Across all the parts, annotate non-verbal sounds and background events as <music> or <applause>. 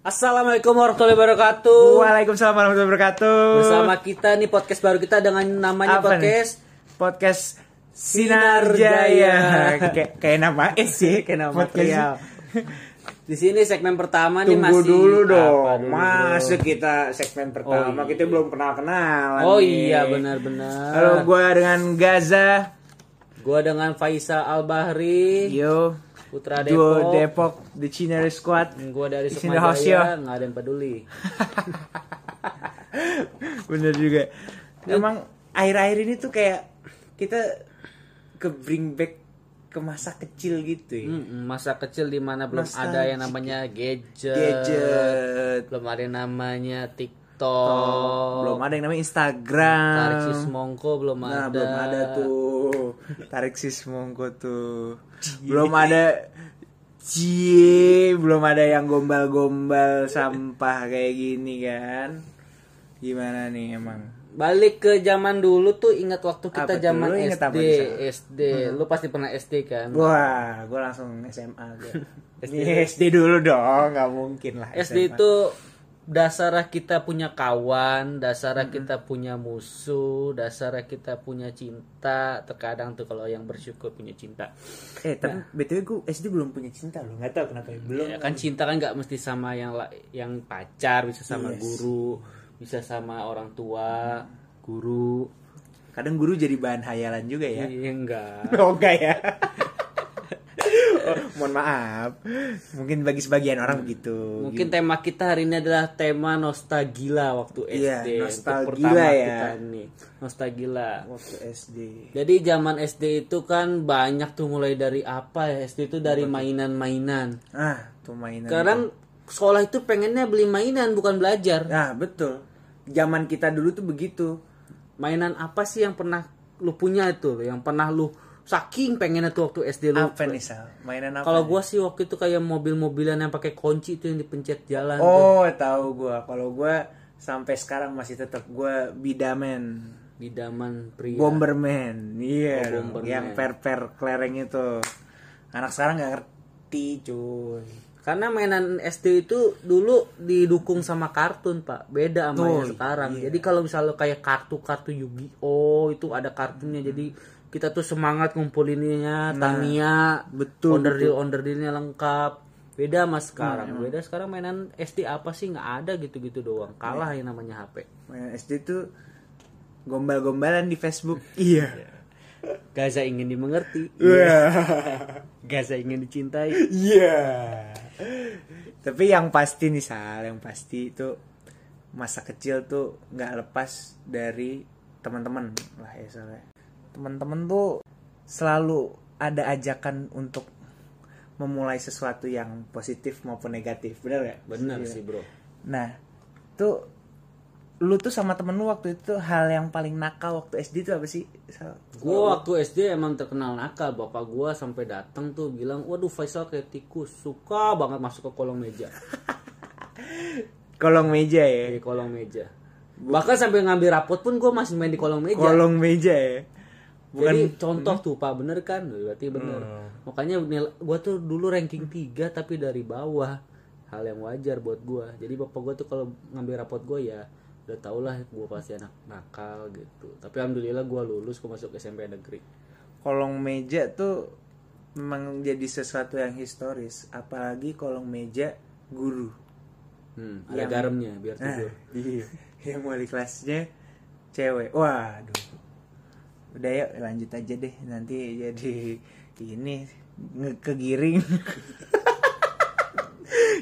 Assalamualaikum warahmatullahi wabarakatuh. Waalaikumsalam warahmatullahi wabarakatuh. Bersama kita nih podcast baru kita dengan namanya Apa nih? podcast podcast Sinar Sinar Jaya. Jaya. <laughs> Kayak kayak nama <laughs> es sih, kayak nama Material. material. Di sini segmen pertama nih Tunggu masih dulu Apa dong. dulu? Masuk kita segmen pertama. Oh, Kita belum kenal-kenalan. Oh nih. iya benar-benar. Halo, gua dengan Gaza. Gua dengan Faisal Al Bahri, Yo. Putra Depok. Duo Hmm, Depok, The Cinar Squad. Gua dari Isinya Sukma host ya. Jaya, nggak ada yang peduli. <laughs> Bener juga. Emang akhir-akhir ini tuh kayak kita ke bring back ke masa kecil gitu ya. Mm-mm, Hmm, masa kecil di mana belum Nostalgia. ada yang namanya gadget, Gadget. belum ada yang namanya TikTok, belum ada yang namanya Instagram. Oh. tarik sis mongko belum Nah, ada. belum ada tuh. Tarik sis mongko tuh. Belum ada Cie, belum ada yang gombal-gombal sampah kayak gini kan. Gimana nih emang? balik ke zaman dulu tuh ingat waktu Apa kita tuh? zaman Ah, Lu ingat SD apa di sana? Hmm. SD lu pasti pernah SD kan Wah, gue langsung SMA gue. <laughs> Ini SD dulu dong, nggak mungkin lah. SD itu dasar kita punya kawan dasar Hmm. kita punya musuh dasar kita punya cinta terkadang tuh kalau yang bersyukur punya cinta eh tapi Nah. btw gue SD belum punya cinta loh, nggak tahu kenapa ya. belum. ya kan cinta kan nggak mesti sama yang la- yang pacar bisa sama Yes. Hmm. guru bisa sama orang tua guru Kadang guru jadi bahan hayalan juga ya. iya enggak Oh enggak ya. Oh, mohon maaf. Mungkin bagi sebagian orang gitu. begitu. Mungkin tema kita hari ini adalah tema nostalgia waktu SD. Iya, Untuk nostalgia pertama ya. kita nih, nostalgia. waktu SD. Jadi zaman SD itu kan banyak tuh mulai dari apa ya? SD itu dari mainan-mainan. Ah, tuh mainan. Sekarang sekolah itu pengennya beli mainan bukan belajar. Nah, betul. Zaman kita dulu tuh begitu. Mainan apa sih yang pernah lu punya itu lo? Yang pernah lu saking pengennya tuh waktu SD lu? Apa ya? nih, Sal? Mainan apa? Kalau gua sih waktu itu kayak mobil-mobilan yang pakai kunci itu yang dipencet jalan. tuh. Oh, tahu gua. Kalau gua sampai sekarang masih tetap gua bidaman. Bidaman pria. Bomberman. Iya. Oh, dong. Bomberman. Yang per-per kelereng itu. Anak sekarang nggak ngerti, cuy. Karena mainan SD itu dulu didukung sama kartun, Pak. Beda sama yang Tuh, sekarang. Jadi kalau misalnya kayak kartu-kartu Yu-Gi-Oh itu ada kartunya. Jadi kita tuh semangat ngumpulinnya, Tamiya, betul, onderdil onderdilnya lengkap. Beda mas sekarang. Beda sekarang mainan SD apa sih nggak ada gitu-gitu doang. Kalah yang namanya HP. Mainan SD Nah, tuh gombal-gombalan di Facebook. Iya. Gaza ingin dimengerti. Gaza ingin dicintai. Iya. Tapi yang pasti nih Sal, yang pasti itu masa kecil tuh nggak lepas dari teman-teman lah ya Sal. ya. Teman-teman tuh selalu ada ajakan untuk memulai sesuatu yang positif maupun negatif, benar gak? Benar Iya. sih, Bro. Nah, tuh lu tuh sama temen lu waktu itu hal yang paling nakal waktu SD itu apa sih? Sal? Gue waktu SD emang terkenal nakal. Bapak gua sampai datang tuh bilang, waduh Faisal kayak tikus, suka banget masuk ke kolong meja, Kolong meja ya. di kolong meja. Bahkan sampai ngambil rapot pun gue masih main di kolong meja. Kolong meja ya. Bukan Hmm? Jadi contoh tuh pak bener kan, berarti bener. Makanya nil- gua tuh dulu ranking 3 tapi dari bawah. Hal yang wajar buat gua Jadi bapak gua tuh kalau ngambil rapot gua ya udah tau lah gue pasti anak nakal gitu. Tapi alhamdulillah gua lulus, gue masuk SMP negeri. kolong meja tuh memang jadi sesuatu yang historis, apalagi kolong meja guru. Hmm, ada garamnya biar tidur. Iya. <laughs> yang wali kelasnya cewek. Waduh. Udah yuk lanjut aja deh nanti jadi ini nge- kegiring.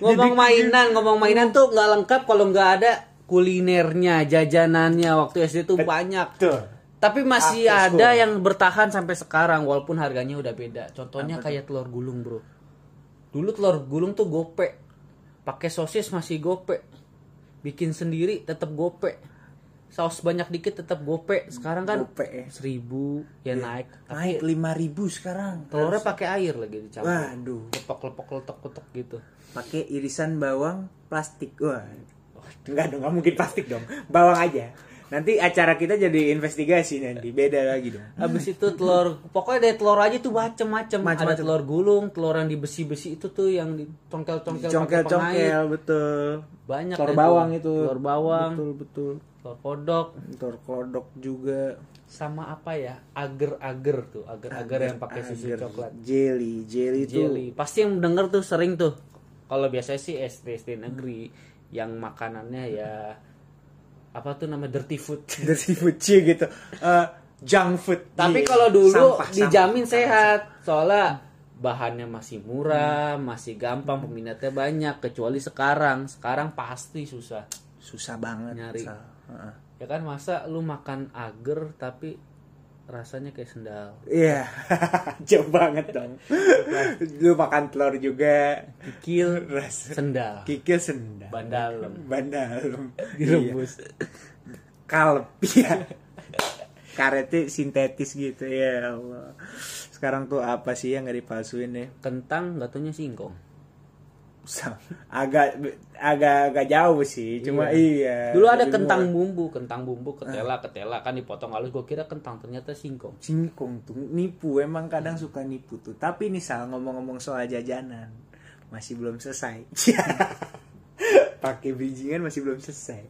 ngomong mainan ngomong mainan tuh nggak lengkap kalau nggak ada kulinernya jajanannya waktu SD tuh banyak <laughs> Tuh. tapi masih ada yang bertahan sampai sekarang walaupun harganya udah beda contohnya kayak telur gulung bro dulu telur gulung tuh gope pakai sosis masih gope bikin sendiri tetap gope saus banyak dikit tetap gope sekarang kan Gope, ya. seribu ya naik Naik 5000 sekarang. telurnya pakai air lagi dicampur Waduh, lepok lepok letok letok gitu pakai irisan bawang plastik. Wah. Enggak dong, nggak mungkin plastik dong. Bawang aja. Nanti acara kita jadi investigasi nanti beda lagi dong. Abis itu telur, pokoknya dari telur aja tuh macem-macem. Macem-macem. Ada telur gulung, telur yang di besi-besi itu tuh yang dicongkel-congkel pakai pengait. Congkel-congkel betul. Banyak Telur deh tuh. bawang itu. Telur bawang, Betul betul. telur kodok, Telur kodok juga. sama apa ya? Agar-agar tuh, agar-agar yang pakai susu Agar, coklat. Jelly, jelly, <laughs> tuh. Jelly. Pasti yang denger tuh sering tuh. Kalau biasanya sih SD SD negeri yang makanannya ya apa tuh nama dirty food. Dirty food cie gitu. Eh, junk food. Tapi Iya. kalau dulu Sampah, dijamin sampah. sehat, soalnya bahannya masih murah, masih gampang, peminatnya banyak. Kecuali sekarang, sekarang pasti susah. susah banget Nyari. Sal. Heeh. Ya kan masa lu makan agar tapi rasanya kayak sendal. Iya, <laughs> jauh banget dong. Lu makan telur juga, Kikil ras sendal, kikil Iya. sendal, bandal, bandal, Iya. direbus. <laughs> kalp ya. Karetnya sintetis gitu ya Allah. Sekarang tuh apa sih yang nggak dipalsuin ya? Kentang gatunya singkong. Sa- Agak agak agak jauh sih, cuma iya. Ah. Dulu ada lebih kentang murah. bumbu, kentang bumbu, ketela, ketela kan dipotong halus. Gue kira kentang, ternyata singkong. singkong tuh nipu emang kadang suka nipu tuh tapi nih Sal, ngomong-ngomong soal jajanan masih belum selesai <laughs> pakai bridgingan masih belum selesai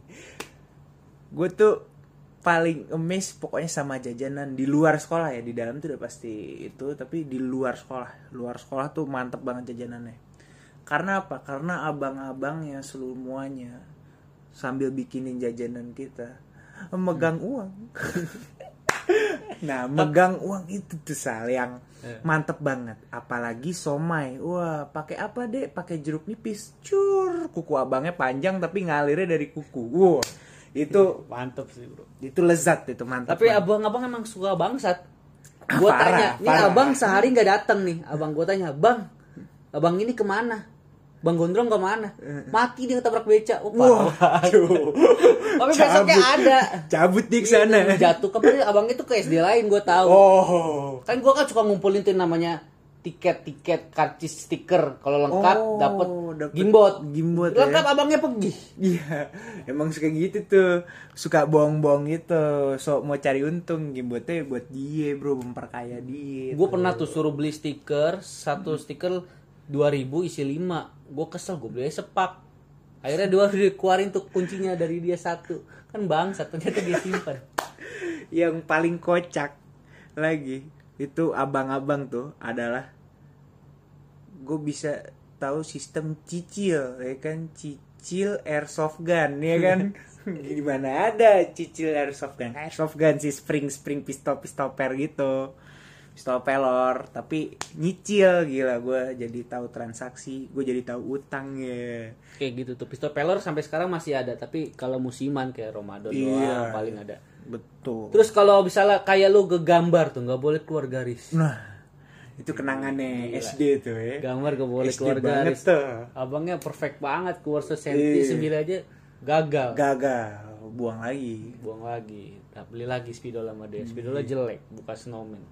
gue tuh paling emes pokoknya sama jajanan di luar sekolah ya di dalam tuh udah pasti itu tapi di luar sekolah luar sekolah tuh mantep banget jajanannya karena apa karena abang-abangnya semuanya sambil bikinin jajanan kita megang uang <laughs> nah megang uang itu tuh sal yang Iya. mantep banget apalagi somai wah pakai apa dek pakai jeruk nipis cur kuku abangnya panjang tapi ngalirnya dari kuku wow itu Mantep sih bro. itu lezat itu mantap Tapi banget. abang-abang emang suka bangsat. Gue Ah, Parah, tanya, nih parah. abang sehari nggak datang nih. Abang gue tanya, bang, abang ini kemana? Bang Gondrong kemana? Mati dia ketabrak beca. Oh, parah. Eh. wah <laughs> aduh. Tapi besoknya Cabut. ada. Iya. cabut di sana Ini Jatuh kemarin abang itu ke SD lain gue tahu. oh Kan gue kan suka ngumpulin tuh namanya tiket-tiket karcis stiker kalau lengkap Oh, dapet dapet gimbot gimbot, ya. lengkap abangnya pergi Iya, emang suka gitu tuh, suka bohong-bohong gitu, so mau cari untung, gimbotnya buat dia bro, memperkaya dia. Gue pernah tuh suruh beli stiker, satu stiker 2000 isi 5. Gue kesel, gue beli aja sepak. Akhirnya dua dikeluarin tuh kuncinya dari dia satu. Kan bang, satunya tuh dia simpan. yang paling kocak lagi itu abang-abang tuh adalah gue bisa tahu sistem cicil ya kan cicil airsoft gun ya kan gimana ada cicil airsoft gun airsoft gun sih spring spring pistol pistol per gitu pistol pelor tapi nyicil gila gue jadi tahu transaksi gue jadi tahu utang ya Kayak gitu tuh. Pistol pelor sampai sekarang masih ada, tapi kalau musiman kayak Ramadan doang Iya. paling ada. betul Terus kalau misalnya kayak lu gegambar tuh nggak boleh keluar garis. nah itu kenangannya SD tuh ya Gambar gak boleh SD keluar banget garis. tuh. Abangnya perfect banget keluar sesenti Iya. sembilan aja gagal. gagal buang lagi buang lagi nah, beli lagi spidol sama dia spidolnya jelek bukan snowman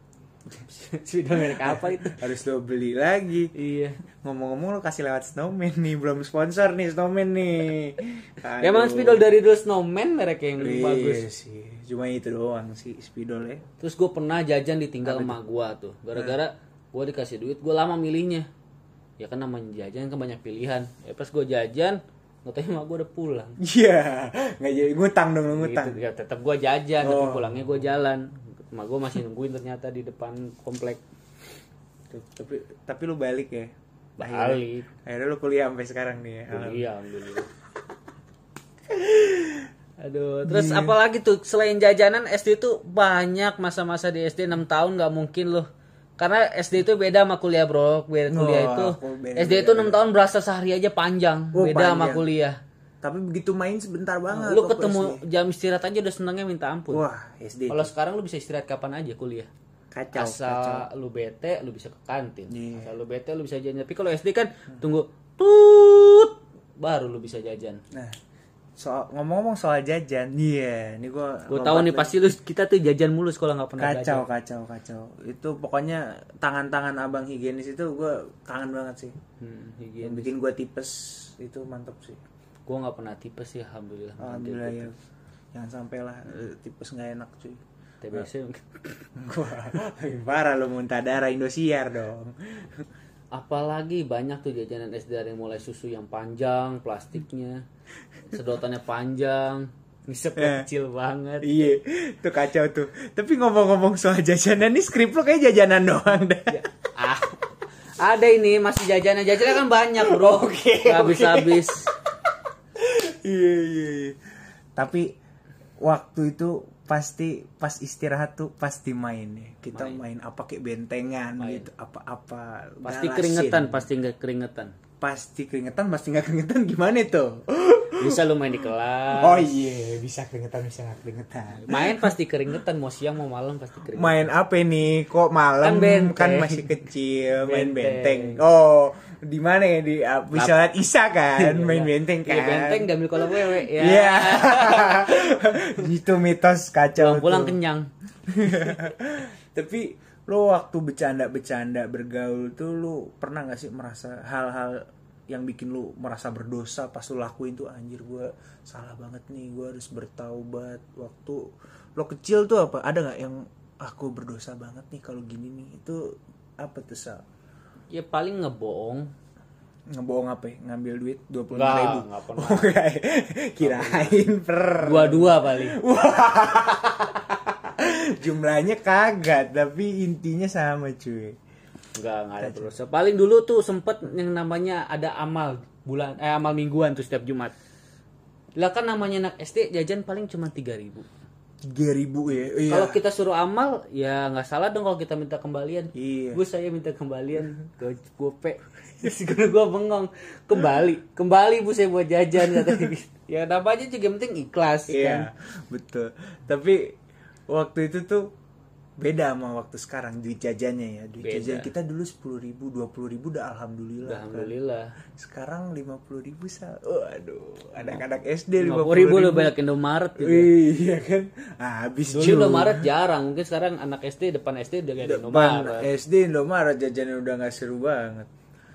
spidol merek apa itu harus lo beli lagi iya ngomong-ngomong lo kasih lewat snowman nih belum sponsor nih snowman nih Aduh. emang spidol dari dulu snowman merek yang Iya Ya, bagus sih cuma itu doang sih spidol ya <laughs> terus gue pernah jajan ditinggal sama gua tuh gara-gara gua dikasih duit gue lama milihnya ya kan namanya jajan kan banyak pilihan ya pas gue jajan nggak tahu emak gue udah pulang iya nggak jadi ngutang dong lo ngutang gitu ya tetap gue jajan tapi Oh. pulangnya gue jalan emak gue masih nungguin ternyata di depan komplek Tuh, tapi tapi lo balik ya balik akhirnya lo kuliah sampai sekarang nih ya Iya, alhamdulillah. <laughs> Aduh, terus Iya. apalagi tuh selain jajanan SD itu banyak masa-masa di SD 6 tahun nggak mungkin loh. Karena SD itu beda sama kuliah, Bro. Beda kuliah Oh, itu. aku beda- SD itu 6 tahun berasa sehari aja panjang, Oh, beda sama panjang. kuliah. tapi begitu main sebentar banget Lu waktu ketemu SD. jam istirahat aja udah senangnya minta ampun. wah SD Kalau sekarang lu bisa istirahat kapan aja kuliah. kacau kacau Asal lu bete lu bisa ke kantin. Iya. Hmm. Asal lu bete lu bisa jajan. Tapi kalau SD kan tunggu tut baru lu bisa jajan. nah soal ngomong-ngomong soal jajan iya ini gue Gue tahu nih pasti lu kita tuh jajan mulu sekolah nggak pernah kacau jajan. kacau kacau itu pokoknya tangan-tangan abang higienis itu gue kangen banget sih Hmm, yang bikin gue tipes itu mantep sih Gue nggak pernah tipes sih alhamdulillah. alhamdulillah ya jangan sampailah eh, tipes nggak enak <laughs> cuy TBC Wah, <laughs> parah lo muntah darah Indosiar dong <laughs> apalagi banyak tuh jajanan SD dari mulai susu yang panjang plastiknya sedotannya panjang ngisepnya Eh. kecil banget iya tuh kacau tuh tapi ngomong-ngomong soal jajanan nih skrip lo kayak jajanan doang dah ah ada ini masih jajanan jajanan kan banyak bro <laughs> Oke, Nggak habis-habis iya iya iya. tapi waktu itu pasti pas istirahat tuh pasti main ya kita main, apa kayak bentengan gitu apa-apa pasti galasin. keringetan pasti nggak keringetan pasti keringetan pasti nggak keringetan gimana tuh bisa lu main di kelas oh iya bisa keringetan bisa nggak keringetan main pasti keringetan mau siang mau malam pasti keringetan main apa nih kok malam Kan benteng. kan masih kecil main Benteng. benteng, oh di mana ya di abis sholat isya kan main benteng kan Iya, benteng diambil kolam wewe ya Iya. <laughs> itu mitos kacau. pulang-pulang tuh. kenyang <laughs> Tapi lo waktu bercanda-bercanda bergaul tuh lo pernah gak sih merasa hal-hal yang bikin lo merasa berdosa pas lo lakuin tuh anjir gue salah banget nih gue harus bertaubat waktu lo kecil tuh apa ada nggak yang aku berdosa banget nih kalau gini nih itu apa tuh sal ya paling ngebohong ngebohong apa ya? ngambil duit dua puluh Nggak, ribu nggak pernah. <laughs> kirain per dua-dua paling jumlahnya kagak tapi intinya sama cuy Enggak, enggak ada terus. Paling dulu tuh sempet yang namanya ada amal bulan eh amal mingguan tuh setiap Jumat. Lah kan namanya anak SD jajan paling cuma 3000. tiga ribu ya iya Kalau kita suruh amal, ya nggak salah dong kalau kita minta kembalian. Iya. Gue saya minta kembalian ke gope. <laughs> Terus guru gue bengong. Kembali, kembali bu saya buat jajan katanya gitu. Ya namanya juga yang penting ikhlas kan. iya betul tapi waktu itu tuh beda sama waktu sekarang duit jajannya ya duit Beda. jajan kita dulu sepuluh ribu dua puluh ribu udah alhamdulillah kan. Alhamdulillah. sekarang lima puluh ribu sal waduh anak-anak SD lima 50 puluh ribu lu banyak Indomaret gitu. iya kan habis Dulu cuy. Indomaret jarang, mungkin sekarang anak SD depan SD udah gak ada Depan Indomaret. SD Indomaret jajannya udah nggak seru banget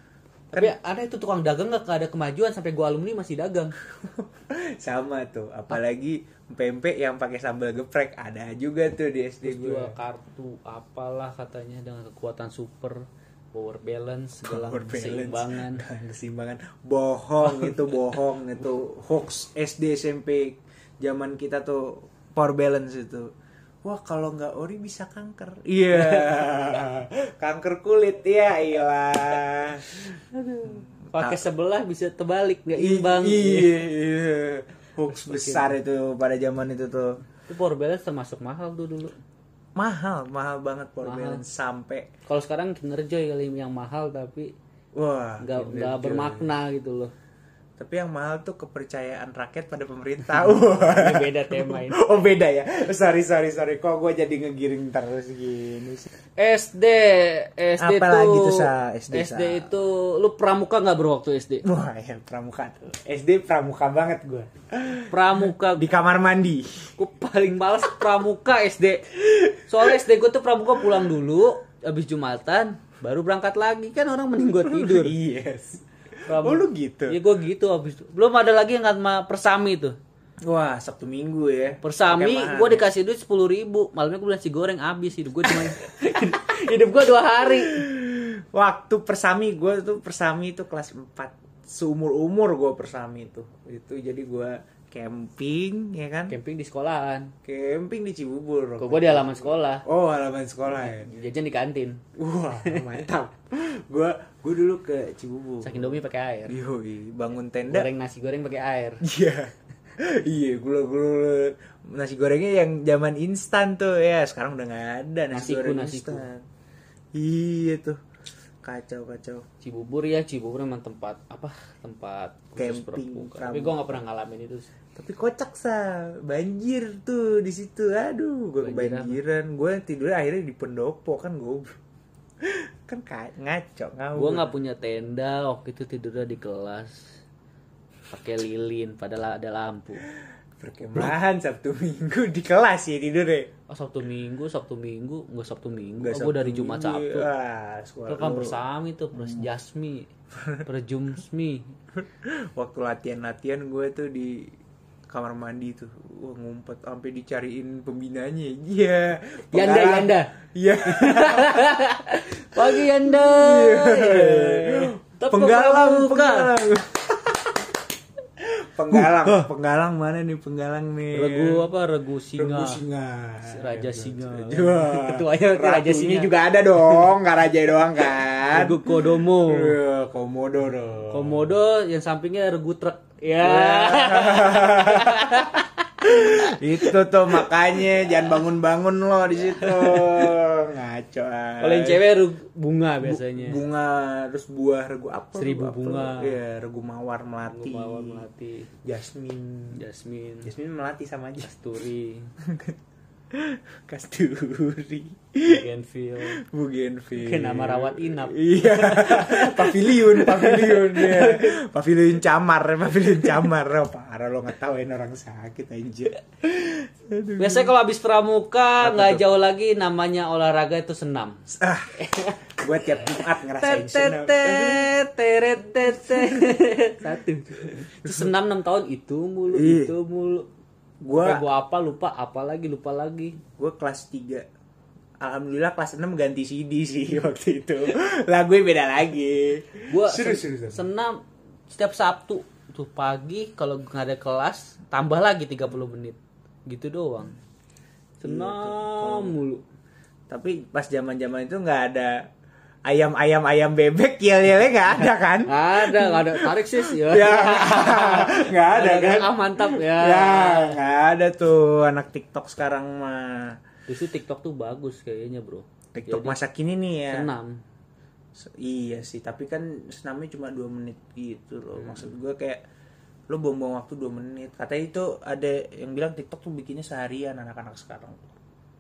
<laughs> Tapi aneh itu tukang dagang gak ada kemajuan sampai gua alumni masih dagang. sama tuh apalagi pempek yang pakai sambal geprek ada juga tuh di SD gue Jual kartu apalah katanya dengan kekuatan super, power balance, segala Power balance. <laughs> keseimbangan. Gelang keseimbangan bohong itu bohong itu hoax SD SMP zaman kita tuh power balance itu wah kalau nggak ori bisa kanker iya <laughs> kanker kulit ya ilah Pakai sebelah bisa terbalik nggak I- imbang. iya iya. hoax besar itu pada zaman itu tuh Itu power balance termasuk mahal tuh dulu. mahal mahal banget power Mahal. balance sampai Kalau sekarang Kinder Joy kali yang mahal tapi wah nggak ini nggak juga. bermakna gitu loh. Tapi yang mahal tuh kepercayaan rakyat pada pemerintah. <laughs> Wah. Ini beda tema ini. <laughs> oh beda ya. Sorry sorry sorry. Kok gue jadi ngegiring terus gini. sih? SD SD Apa tuh, lagi tuh, Sa? SD, Sa? itu lu pramuka nggak bro waktu SD? Wah ya pramuka tuh. SD pramuka banget gue. Pramuka Di kamar mandi. Gue paling males pramuka SD. Soalnya SD gue tuh pramuka pulang dulu, habis Jumatan, baru berangkat lagi kan orang mending gue tidur. <laughs> Yes. Pramu- Iya. Oh lu gitu. Ya gue gitu habis itu. Belum ada lagi yang sama persami tuh. Wah Sabtu Minggu ya. Persami Pakai mahal. gue dikasih duit sepuluh ribu, malamnya gue beli nasi goreng habis hidup gue cuma <laughs> hidup gue dua hari. Waktu persami gue tuh persami tuh kelas 4 seumur umur gue persami tuh itu jadi gue camping ya kan Camping di sekolahan. camping di Cibubur Gue di halaman sekolah, oh halaman sekolah ya jajan di kantin, Wah, mantap. gua gua dulu ke Cibubur. saking domi pakai air, Yoi, bangun tenda. Iya. goreng nasi goreng pakai air. Iya. <laughs> Iya, gula-gula nasi gorengnya yang zaman instan tuh ya. Sekarang udah nggak ada nasi Nasiku, goreng nasiku. instan. Iya tuh. Kacau kacau. Cibubur ya Cibubur memang tempat apa tempat khusus Camping, pramuka. pramuka. tapi gue nggak pernah ngalamin itu sih. Tapi kocak sa, banjir tuh di situ. Aduh, Banjir gua apa? kebanjiran. Gua tidurnya akhirnya di pendopo kan gua <laughs> kan ka- ngaco ngawur. gue nggak punya tenda waktu itu tidurnya di kelas pakai lilin padahal ada lampu perkemahan Sabtu Minggu di kelas ya tidurnya. oh sabtu minggu sabtu minggu nggak sabtu minggu Nggak iya. oh, gue dari jumat sabtu Wah, sekolah itu kan lu. bersami tuh pres Hmm. jasmi perjumsmi <laughs> Waktu latihan-latihan gue tuh di kamar mandi tuh wah ngumpet sampai dicariin pembinanya iya Yanda, Pengarang. Yanda. iya Pagi Anda. Oh, iya, Iya. Tepuk penggalang pramuka. <laughs> penggalang penggalang penggalang mana nih penggalang nih Regu apa? Regu singa. Regu singa. Raja singa. Wah, Ketuanya nanti Raja ratunya singa juga. juga ada dong, nggak raja doang kan. Regu kodomo. Iya, komodo dong. Komodo yang sampingnya regu truk. Ya. itu tuh makanya jangan bangun-bangun lo di situ. Ngaco. ah. Kalau yang cewek regu bunga biasanya. bunga terus buah regu apa? Seribu regu apa? bunga. Iya, regu mawar melati. Mawar melati, Jasmine. jasmin, Jasmine melati sama aja. <laughs> kasturi, Kasturi. bougainville, Bougainville. Ke nama rawat inap. Iya. <laughs> pavilion, pavilion ya. Pavilion camar, pavilion camar. Oh, parah lo ngetawain orang sakit aja. <laughs> Aduh. Biasanya kalau habis pramuka nggak jauh lagi namanya olahraga itu senam. Ah. Gua tiap Jumat ngerasain senam. Tetetet, teretetet. Satu. Itu senam 6 tahun itu mulu, Ih. itu mulu. Sampai Iya. Gua gua apa lupa, apa lagi lupa lagi. gua kelas 3. Alhamdulillah kelas 6 ganti CD sih <laughs> waktu itu. Lah gue beda lagi. Gua Serius, sen- serius. senam setiap Sabtu tuh pagi kalau nggak ada kelas tambah lagi 30 menit. Gitu doang. Senam mulu. Tapi pas zaman-zaman itu nggak ada ayam-ayam ayam bebek yel-yelnya <laughs> nggak ada kan? Nggak ada, nggak ada tarik sis ya. <laughs> <laughs> ya nggak ada kan? Ah, mantap ya. Ya, nggak ada tuh anak TikTok sekarang mah. Justru TikTok tuh bagus kayaknya, Bro. TikTok masa kini nih ya. Senam. Se- Iya sih, tapi kan senamnya cuma dua menit gitu loh. Maksud gue kayak lo buang-buang waktu dua menit. Katanya itu ada yang bilang TikTok tuh bikinnya seharian anak-anak sekarang.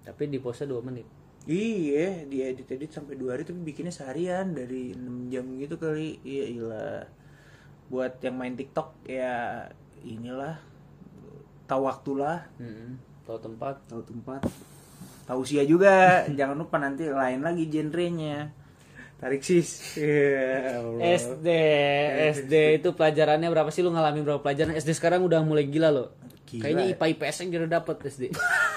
Tapi di pose 2 menit. Iya, dia edit-edit sampai dua hari tapi bikinnya seharian dari 6 jam gitu kali. Iya, ilah. Buat yang main TikTok ya inilah tahu waktulah. Mm-mm. Tahu tempat. tahu tempat tahu usia juga jangan lupa nanti lain lagi genrenya tarik <laughs> sis Iya, Allah. SD, SD itu pelajarannya berapa sih lu ngalamin berapa pelajaran? SD sekarang udah mulai gila loh. Gila. ya. Kayaknya IPA IPS yang udah dapet SD. <laughs>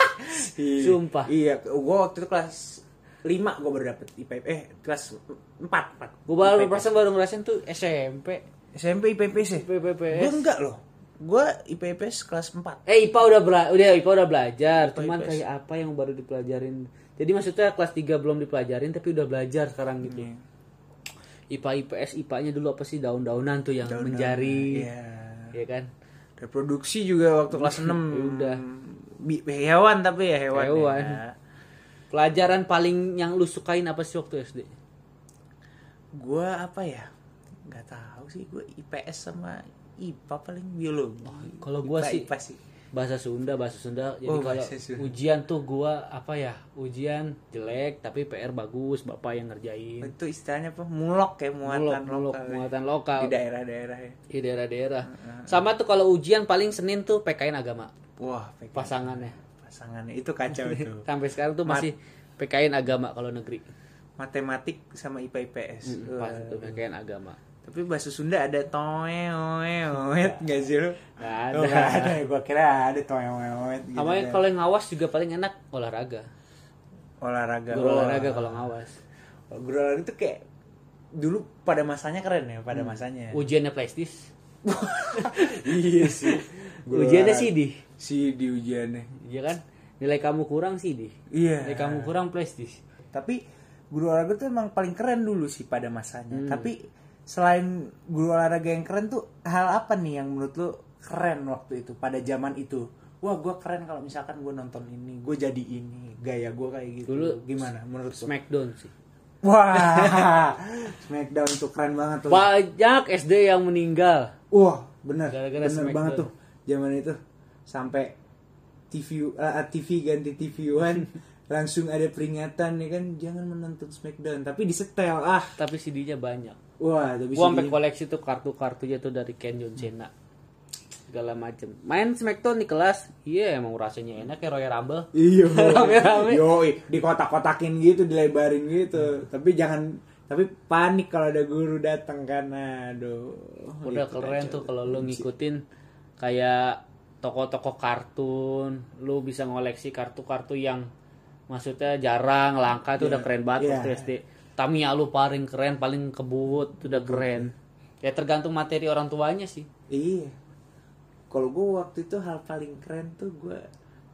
Iya. Sumpah. iya gua waktu itu kelas 5 gua baru dapet IPA eh kelas 4 4 Gue baru perasaan baru ngerasain tuh SMP, SMP IPPS ya gua PPPS. enggak loh gua IPPS kelas 4 Eh IPA udah bela udah IPA udah belajar, cuman IPS. kayak apa yang baru dipelajarin. Jadi maksudnya kelas 3 belum dipelajarin tapi udah belajar sekarang gitu. Hmm. IPA IPS IPA-nya dulu apa sih daun-daunan tuh yang menjari. Iya. Ya kan? reproduksi juga waktu <laughs> kelas 6 Ya Udah. Bi- hewan tapi ya hewan, Hewan. ya. Pelajaran paling yang lu sukain apa sih waktu SD? gua apa ya nggak tahu sih gua IPS sama IPA paling biologi Oh, kalau gua IPA, sih- IPA sih bahasa Sunda bahasa Sunda jadi Oh, kalau bahasa Sunda. ujian tuh gua apa ya ujian jelek tapi PR bagus bapak yang ngerjain itu istilahnya apa mulok ya mulok muatan mulok lokal ya. muatan lokal di daerah-daerah ya di daerah-daerah sama tuh kalau ujian paling Senin tuh PKN agama wah PKN. pasangannya pasangannya itu kacau itu <laughs> sampai sekarang tuh masih PKN agama kalau negeri matematik sama IPA IPS Wah. pas tuh PKN agama tapi bahasa Sunda ada toeoet nggak sih lo Nggak ada. Oh, nggak ada gua kira ada toeoet gitu sama kan. kalau yang ngawas juga paling enak olahraga olahraga Gua olahraga kalau ngawas guru olahraga itu kayak dulu pada masanya keren ya Hmm. pada masanya ujiannya plastis <laughs> iya sih ujiannya CD si di ujiannya iya kan nilai kamu kurang CD Iya. nilai kamu kurang plastis tapi guru olahraga tuh emang paling keren dulu sih pada masanya Hmm. tapi selain guru olahraga yang keren tuh hal apa nih yang menurut lu keren waktu itu pada zaman itu wah gue keren kalau misalkan gue nonton ini gue jadi ini gaya gue kayak gitu Dulu gimana menurut lu Smackdown sih. <laughs> wah Smackdown tuh keren banget tuh Banyak SD yang meninggal. Wah, bener. Gara-gara bener Smackdown. banget tuh zaman itu sampai TV eh, TV ganti TV <laughs> One langsung ada peringatan ya kan jangan menonton Smackdown tapi disetel ah Tapi CD-nya banyak. wah tapi Gua sampai sedihnya- koleksi tuh kartu-kartunya tuh dari Ken Johnsena. Segala macem. Main Smackdown di kelas. Iya emang rasanya enak ya Royal Rumble. iya <laughs> Rame-rame. Hmm. yoi di kotak-kotakin gitu dilebarin gitu tapi jangan tapi panik kalau ada guru datang karena aduh gitu Udah Itu keren kacau. tuh kalau lu ngikutin kayak toko-toko kartun lu bisa ngoleksi kartu-kartu yang maksudnya jarang langka itu udah keren banget Iya. waktu SD Tamiya lu paling keren paling kebut itu udah keren ya tergantung materi orang tuanya sih Iya. Kalau gue waktu itu hal paling keren tuh gue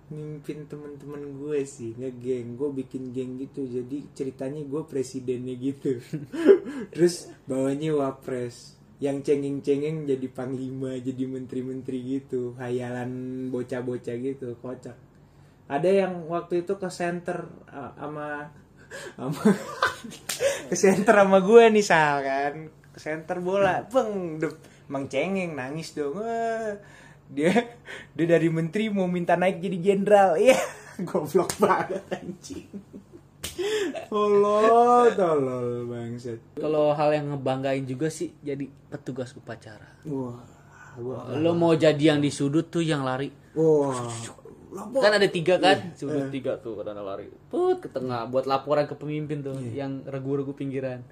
mimpin temen-temen gue sih ngegeng gue bikin geng gitu jadi ceritanya gue presidennya gitu <laughs> terus bawahnya wapres yang cengeng-cengeng jadi panglima jadi menteri-menteri gitu hayalan bocah-bocah gitu kocak ada yang waktu itu ke center uh, sama sama <laughs> ke center sama gue nih Sal kan ke center bola peng dep Mang cengeng nangis dong Wah. dia dia dari menteri mau minta naik jadi jenderal iya <laughs> goblok banget anjing tolol tolol bangsat kalau hal yang ngebanggain juga sih jadi petugas upacara wah wah lo mau jadi yang di sudut tuh yang lari wah Lapor. kan ada tiga kan sudut tiga tuh karena lari put ke tengah buat laporan ke pemimpin tuh yang regu-regu pinggiran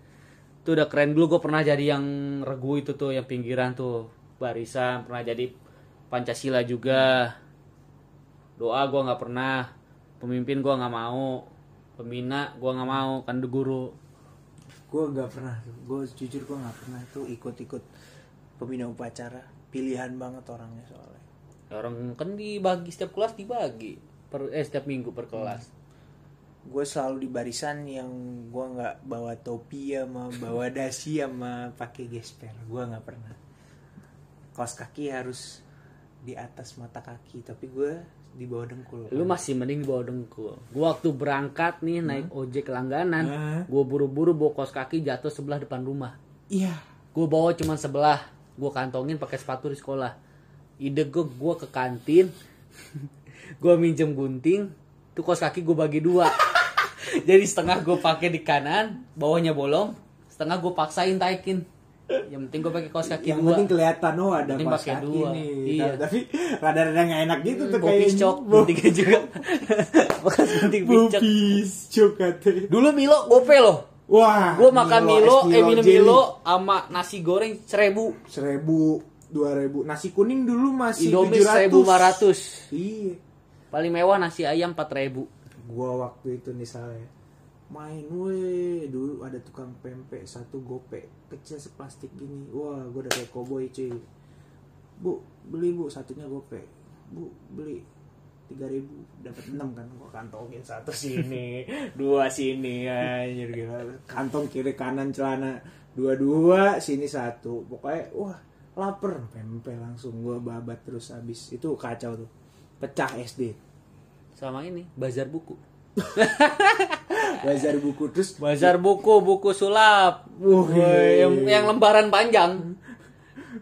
itu udah keren dulu gue pernah jadi yang regu itu tuh yang pinggiran tuh barisan pernah jadi pancasila juga doa gue nggak pernah pemimpin gue nggak mau pembina gue nggak mau kan udah guru gue gak pernah gue jujur gue gak pernah tuh ikut-ikut pembina upacara pilihan banget orangnya soalnya orang kan dibagi setiap kelas dibagi per eh setiap minggu per kelas gue selalu di barisan yang gue nggak bawa topi sama <laughs> bawa dasi sama pakai gesper gue nggak pernah kaos kaki harus di atas mata kaki tapi gue di bawah dengkul lu masih mending bawa dengkul gua waktu berangkat nih naik ojek langganan Hmm. gua buru-buru bawa kos kaki jatuh sebelah depan rumah iya gua bawa cuman sebelah gua kantongin pakai sepatu di sekolah ide gua gua ke kantin <laughs> gua minjem gunting tuh kos kaki gua bagi dua <laughs> jadi setengah gua pakai di kanan bawahnya bolong setengah gua paksain taikin yang penting gua pakai kos kaki yang dua penting kelihatan oh ada Penting kaos pakai kaki dua. nih Iya. Hmm, Ta- tapi <laughs> rada-rada nggak enak gitu tuh Bau kayaknya piscok, guntingnya juga. <laughs> Bekas gunting piscok. bobis cok katanya Dulu Milo gope loh. wah gue makan Milo, es eh minum jelly. Milo sama nasi goreng seribu seribu dua ribu nasi kuning dulu masih Indomie seribu lima ratus iya paling mewah nasi ayam empat ribu gua waktu itu misalnya main weh dulu ada tukang pempek satu gopek kecil seplastik gini wah gua udah kayak koboi cuy bu beli bu satunya gopek bu beli tiga ribu dapat enam kan gua kantongin satu sini <laughs> dua sini anjir gila kantong kiri kanan celana dua dua sini satu pokoknya wah lapar pempek langsung gua babat terus habis itu kacau tuh pecah SD sama ini bazar buku bazar buku terus bazar buku buku sulap Woi, yang yang lembaran panjang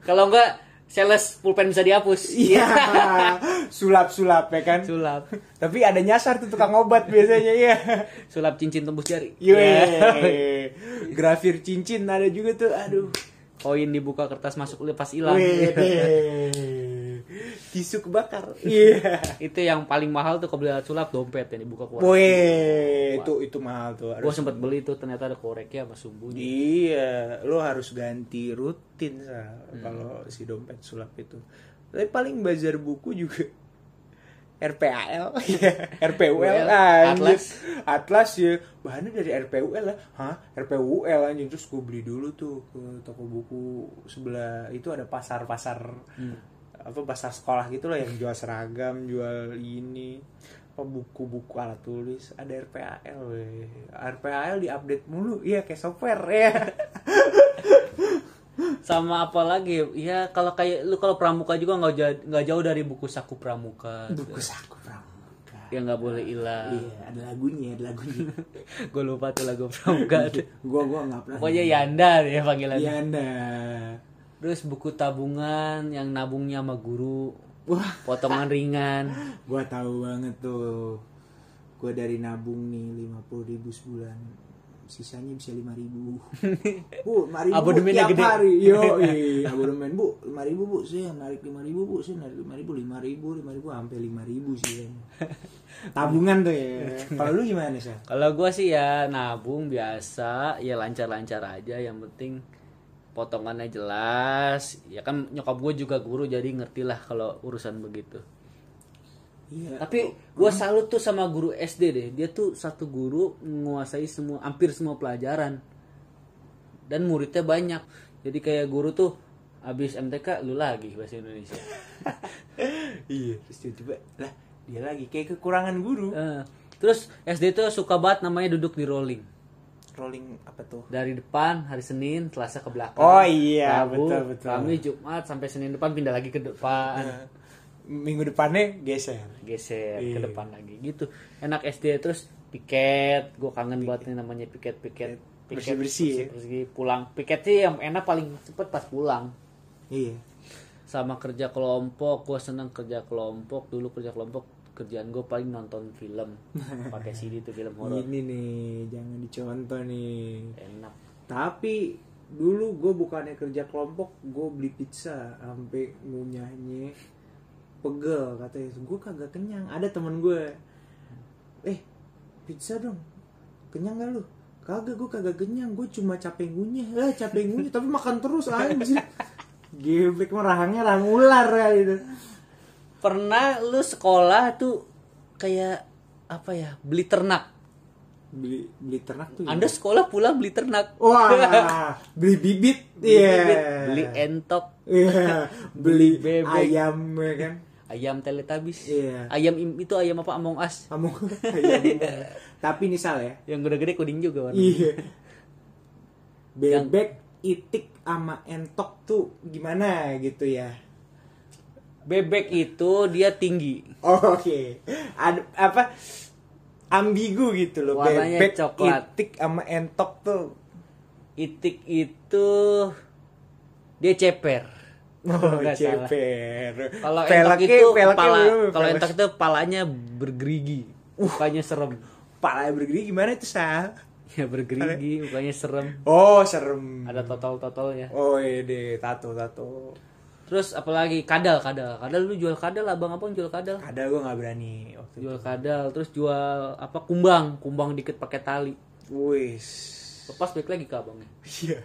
kalau enggak sales pulpen bisa dihapus Iya, sulap-sulap ya kan. sulap Tapi ada nyasar tuh tukang obat biasanya ya. sulap cincin tembus jari Ya. Yeay. Grafir cincin ada juga tuh. Aduh. koin dibuka kertas masuk lepas hilang Wede. Tisu kebakar. Iya. itu yang paling mahal tuh kalau beli alat sulap dompet yang dibuka keluar Weh, itu itu mahal tuh. gue Harus. sempet beli tuh ternyata ada koreknya sama sumbunya Iya, lo harus ganti rutin Sal, kalau si dompet sulap itu. Tapi paling bazar buku juga RPAL, RPUL, UL, anjir. Atlas. Atlas ya, bahannya dari RPUL lah, hah? RPUL anjir terus gue beli dulu tuh ke toko buku sebelah itu ada pasar-pasar Hmm. apa pasar sekolah gitu loh yang jual seragam, jual ini apa buku-buku alat tulis ada RPAL weh. RPAL diupdate mulu iya kayak software <laughs> ya sama apa lagi ya kalau kayak lu kalau pramuka juga nggak jauh, nggak jauh dari buku saku pramuka buku saku pramuka yang nggak boleh hilang <laughs> iya ada lagunya ada lagunya gue lupa tuh lagu pramuka tuh. gua gua nggak pernah Iya, nah. pokoknya Yanda ya panggilannya Yana terus buku tabungan yang nabungnya sama guru wah potongan ringan gua tahu banget tuh gua dari nabung nih lima ribu sebulan sisanya bisa lima <laughs> ribu bu lima ribu Abodemennya tiap gede. <laughs> hari yo abodemen bu lima ribu bu saya narik lima ribu bu saya narik lima ribu lima ribu lima ribu sampai lima ribu sih <laughs> tabungan tuh ya <laughs> kalau lu gimana sih kalau gue sih ya nabung biasa ya lancar-lancar aja yang penting potongannya jelas ya kan nyokap gue juga guru jadi ngerti lah kalau urusan begitu Iya. tapi gue salut tuh sama guru SD deh dia tuh satu guru menguasai semua hampir semua pelajaran dan muridnya banyak jadi kayak guru tuh abis MTK lu lagi bahasa <laughs> Indonesia <laughs> iya. Terus tiba-tiba lah dia lagi kayak kekurangan guru. Eh, terus SD tuh suka banget namanya duduk di rolling Rolling apa tuh? dari depan hari Senin Selasa ke belakang Oh iya, Rabu, betul, betul. Kamis Jumat sampai Senin depan pindah lagi ke depan Minggu depannya geser. geser Iya. ke depan lagi gitu enak SD terus piket gue kangen banget nih namanya piket piket piket Bersih-bersih ya. bersih-bersih, pulang piket sih yang enak paling cepet pas pulang Iya. sama kerja kelompok gue seneng kerja kelompok dulu kerja kelompok kerjaan gue paling nonton <laughs> film pakai CD tuh film horor Ini nih jangan dicontoh nih. enak Tapi dulu gue bukannya kerja kelompok, gue beli pizza sampai ngunyahnya pegel katanya. Gue kagak kenyang. Ada temen gue, eh pizza dong, kenyang gak lu? Kagak gue kagak kenyang, gue cuma capek ngunyah lah capek ngunyah, tapi makan terus <laughs> anjir. Geblek mah rahangnya rahang ular ya gitu. pernah lu sekolah tuh kayak apa ya beli ternak Beli beli ternak tuh. ya? anda sekolah pulang beli ternak Wah, beli bibit, beli, iya. bibit, beli entok <laughs> Iya, beli Beli bebek. ayam ya kan. ayam teletabis Iya. ayam im- itu ayam apa among us <laughs> Kamu ayam. Tapi nih Sal ya. yang gede-gede kuning juga warna Iya. Bebek itik sama entok tuh gimana gitu ya. bebek itu dia tinggi Oh, Oke. Ada apa ambigu gitu loh Warnanya bebek coklat. itik sama entok tuh. itik itu dia ceper Oh, Kalau <laughs> nggak salah. ceper. kalau entok Peleknya- itu peleknya Uh. kepala belum, kalau pelek- entok itu kepalanya bergerigi mukanya serem <laughs> kepala bergeri gimana itu Sal? ya bergerigi mukanya serem Oh, serem. ada totol-totolnya Oh iya deh, tato tato. terus apalagi kadal kadal kadal lu jual kadal abang abang jual kadal Ada gue nggak berani waktu itu. jual kadal terus jual apa kumbang kumbang dikit pakai tali Wis. lepas balik lagi ke abangnya Iya.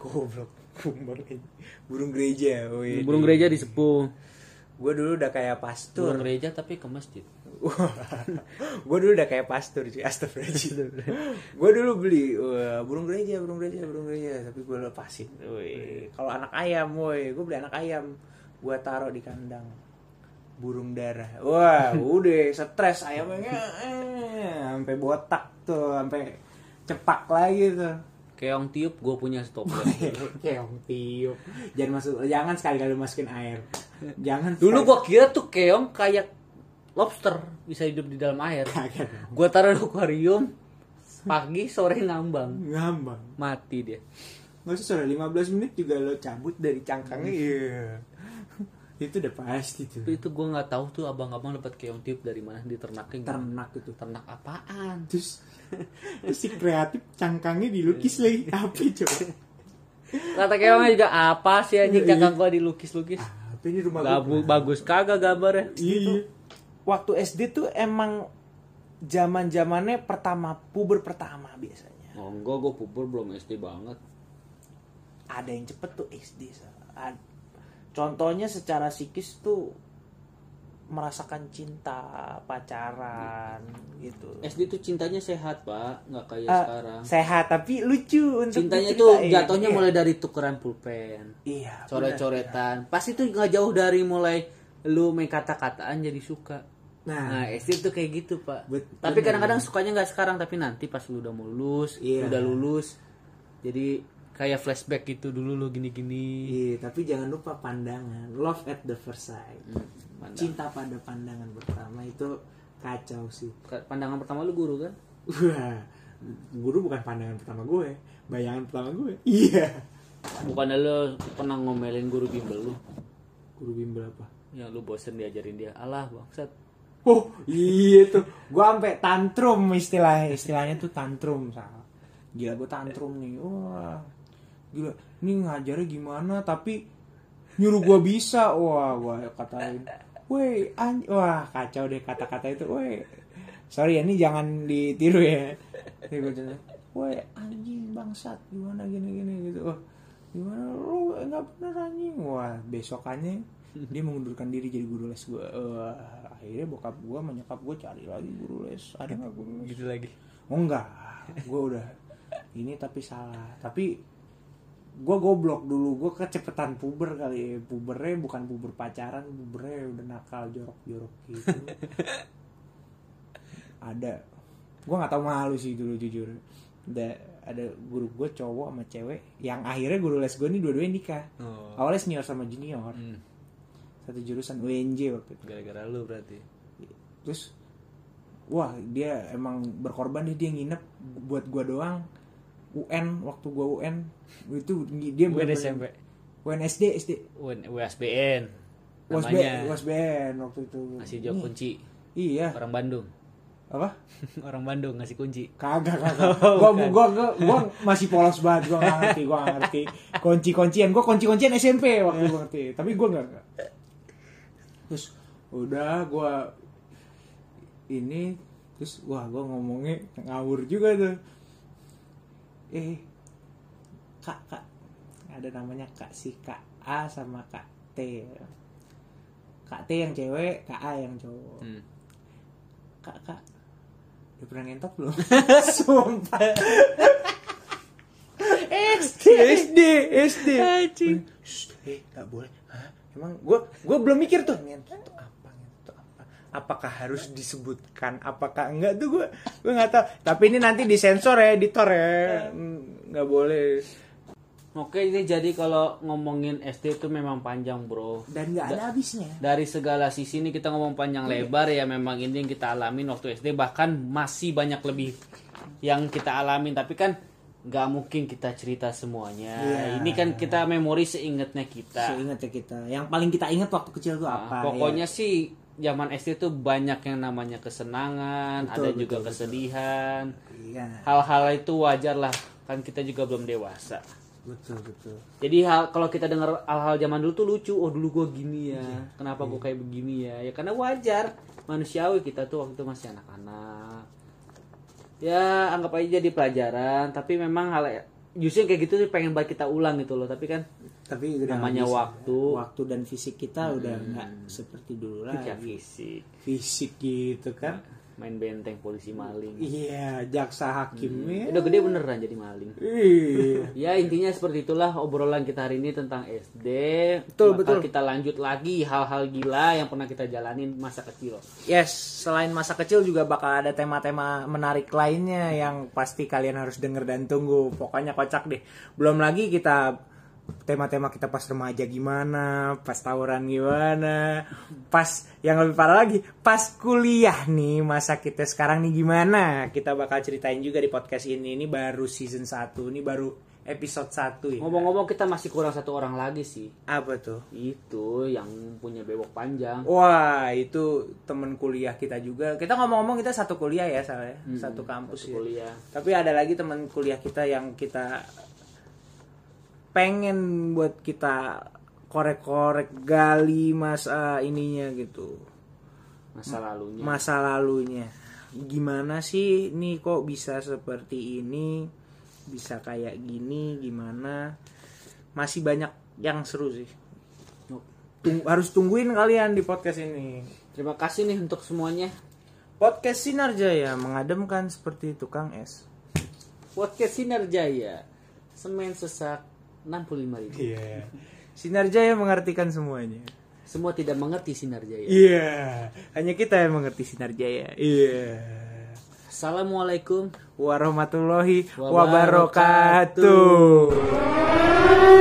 Goblok. Kumbang aja. Burung gereja. Wih. burung gereja disepuh Gue dulu udah kayak burung pastor. gereja tapi ke masjid gue dulu udah kayak pastor cuy. Astagfirullah. gue dulu beli wah, burung gereja, burung gereja, burung gereja. Tapi gue lepasin. Wih. Kalau anak ayam, woi. Gue beli anak ayam. Gue taruh di kandang. Burung darah. Wah, udah stres ayamnya. eh, Sampai botak tuh, sampai cepak lagi tuh. keong tiup gue punya <laughs> stok keong tiup jangan masuk jangan sekali kali masukin air jangan dulu gue kira tuh keong kayak lobster bisa hidup di dalam air Kagak. gue taruh di akuarium pagi sore ngambang ngambang mati dia nggak usah sore 15 menit juga lo cabut dari cangkangnya iya <laughs> itu udah pasti tuh itu gue nggak tahu tuh abang-abang dapat keong tiup dari mana di ternaknya gua- ternak itu ternak <laughs> apaan terus <laughs> terus si kreatif cangkangnya dilukis lagi apa coba kata keongnya juga apa sih anjing cangkang gua dilukis-lukis apa ini rumah Gak bu- Iya. bagus kagak gambarnya Iya. Waktu SD tuh emang zaman zamannya pertama puber pertama biasanya. Oh, enggak, gue puber belum SD banget. ada yang cepet tuh SD Sal. Ad- contohnya secara psikis tuh merasakan cinta pacaran gitu SD tuh cintanya sehat, Pak. Nggak kayak Eh, Ya, sekarang. sehat tapi lucu untuk Cintanya tuh diceritain. jatuhnya Iya. mulai dari tukeran pulpen, iya benar. coret-coretan. Pasti tuh nggak jauh dari mulai lu main kata-kataan jadi suka. nah Nah, SD tuh kayak gitu, Pak. Bet- tapi bener. kadang-kadang sukanya nggak sekarang, tapi nanti pas lu udah mau lulus, Iya. udah lulus. Jadi kayak flashback gitu dulu lu gini-gini. iya tapi jangan lupa pandangan love at the first sight Hmm, cinta pada pandangan pertama itu kacau sih Ka- Pandangan pertama lu guru kan? wah guru bukan pandangan pertama gue bayangan pertama gue iya Bukannya lu pernah ngomelin guru bimbel lu? guru bimbel apa Ya lu bosen diajarin dia. Alah, bangsat. Oh iya tuh, gua sampai tantrum istilahnya, istilahnya tuh tantrum Sal. Gila gua tantrum nih, wah gila. Ini ngajarnya gimana? Tapi nyuruh gua bisa, wah gua katain, woi an, wah kacau deh kata-kata itu, woi. Sorry ya, ini jangan ditiru ya. Ini gua cuman, Woi anjing bangsat gimana gini gini gitu. Wah, gimana lu nggak bener anjing wah besokannya <laughs> dia mengundurkan diri jadi guru les gue akhirnya bokap gue menyekap gue cari lagi guru les ada nggak guru les gitu lagi oh enggak gue udah ini tapi salah tapi gue goblok dulu gue kecepetan puber kali ya. pubernya bukan puber pacaran pubernya udah nakal jorok-jorok gitu <laughs> ada gue nggak tahu malu sih dulu jujur ada ada guru gue cowok sama cewek yang akhirnya guru les gue ini dua-duanya nikah oh awalnya senior sama junior Hmm, satu jurusan UNJ waktu itu gara-gara lu berarti terus wah dia emang berkorban deh dia nginep buat gue doang UN waktu gue UN itu dia gue bener-bener- SMP UN SD SD UN USBN Wasben, namanya Wasben waktu itu. ngasih jawab Ini- kunci Iya. orang Bandung <laughs> Apa? orang Bandung ngasih kunci Kagak, kagak. Gua, gua, gua, gua, gua masih polos banget. Gua gak ngerti, gua gak ngerti. Kunci-kuncian. Gua kunci-kuncian SMP waktu gua ngerti. Tapi gua gak, gak. Terus udah gua ini terus wah gua ngomongnya ngawur juga tuh. Eh, kak, kak. Ada namanya kak si kak A sama kak T. Kak T yang cewek, kak A yang cowok hmm. kak kak udah pernah ngentot belum <laughs> sumpah SD SD SD Anjing. Shh, eh nggak boleh Hah? emang gue gue belum mikir tuh ngentot tuh apa ngentot tuh apa apakah harus disebutkan apakah enggak tuh gue gue nggak tahu tapi ini nanti disensor ya editor ya Hmm, nggak boleh oke ini jadi kalau ngomongin SD itu memang panjang bro dan nggak ada habisnya dari segala sisi ini kita ngomong panjang Iya. lebar ya memang ini yang kita alamin waktu SD bahkan masih banyak lebih yang kita alamin tapi kan nggak mungkin kita cerita semuanya Iya. ini kan kita memori seingatnya kita seingat ya kita yang paling kita ingat waktu kecil tuh Nah, apa pokoknya sih zaman SD tuh banyak yang namanya kesenangan Betul, ada betul, juga betul. kesedihan iya hal-hal itu wajar lah kan kita juga belum dewasa betul betul jadi hal kalau kita dengar hal-hal zaman dulu tuh lucu. Oh dulu gue gini Iya. ya. Kenapa gue kayak begini ya? Ya karena wajar manusiawi kita tuh waktu itu masih anak-anak. Ya anggap aja jadi pelajaran. Tapi memang hal ya, justru yang kayak gitu sih pengen banget kita ulang gitu loh. Tapi kan tapi udah Namanya Hmm. nggak bisa. waktu. waktu dan fisik kita udah nggak seperti dulu lagi ya fisik, fisik gitu kan Nah. main benteng polisi maling. iya jaksa ya. hakimnya Udah gede beneran jadi maling. iya Ya intinya seperti itulah obrolan kita hari ini tentang SD. Betul, Bakal betul. Kita lanjut lagi hal-hal gila yang pernah kita jalanin masa kecil. yes selain masa kecil juga bakal ada tema-tema menarik lainnya yang pasti kalian harus denger dan tunggu pokoknya kocak deh belum lagi kita tema-tema kita pas remaja gimana, pas tawuran gimana, pas yang lebih parah lagi, pas kuliah nih masa kita sekarang nih gimana? Kita bakal ceritain juga di podcast ini. Ini baru season 1, ini baru episode 1 ya. Ngomong-ngomong kita masih kurang satu orang lagi sih. Apa tuh? Itu yang punya bewok panjang. Wah, itu temen kuliah kita juga. Kita ngomong-ngomong kita satu kuliah ya, Sal, ya? satu kampus ya. Kuliah. Tapi ada lagi teman kuliah kita yang kita pengen buat kita korek-korek gali masa ininya gitu. Masa lalunya. Masa lalunya. Gimana sih nih kok bisa seperti ini? Bisa kayak gini gimana? Masih banyak yang seru sih. Tung- harus tungguin kalian di podcast ini. Terima kasih nih untuk semuanya. Podcast Sinar Jaya mengademkan seperti tukang es. Podcast Sinar Jaya. Semen sesak 65 ribu. Iya. Sinar Jaya mengartikan semuanya. Semua tidak mengerti Sinar Jaya. Iya. Hanya kita yang mengerti Sinar Jaya. Iya. Assalamualaikum. Warahmatullahi Wabarakatuh. wabarakatuh.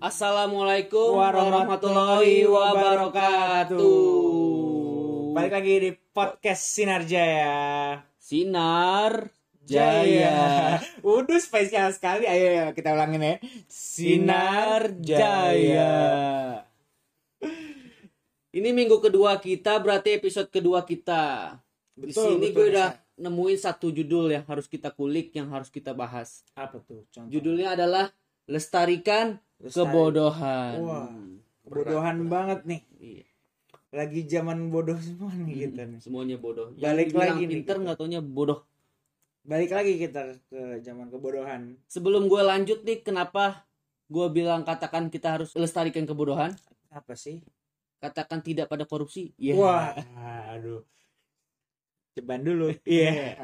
Assalamualaikum warahmatullahi wabarakatuh. Balik lagi di podcast Sinar Jaya. Sinar Jaya. Waduh spesial sekali. Ayo ya kita ulangin ya. Sinar Jaya. Ini minggu kedua kita berarti episode kedua kita. Di Betul, sini betul, gue udah nemuin satu judul yang harus kita kulik, yang harus kita bahas. Apa tuh? Contoh. Judulnya adalah Lestarikan Lestari- Kebodohan. Wah, kebodohan banget nih. Iya. Lagi zaman bodoh semua nih kita Gitu nih. Semuanya bodoh. Balik Yang dibilang lagi nih gitu. pinter kita. nggak taunya bodoh. Balik lagi kita ke zaman kebodohan. Sebelum gue lanjut nih, kenapa gue bilang katakan kita harus lestarikan kebodohan? Apa sih? Katakan tidak pada korupsi. Iya. Wah, aduh. Ceban dulu. <laughs> Iya.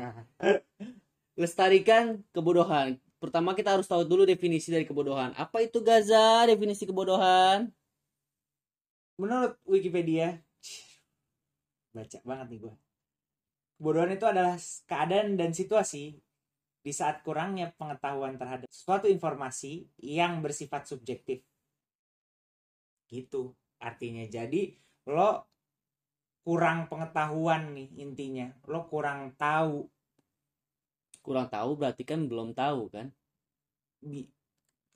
Lestarikan kebodohan. Pertama kita harus tahu dulu definisi dari kebodohan. Apa itu Gaza? Definisi kebodohan? Menurut Wikipedia, baca banget nih gua. Kebodohan itu adalah keadaan dan situasi di saat kurangnya pengetahuan terhadap suatu informasi yang bersifat subjektif. Gitu artinya. Jadi lo kurang pengetahuan nih intinya. Lo kurang tahu Kurang tahu berarti kan belum tahu kan? Bi-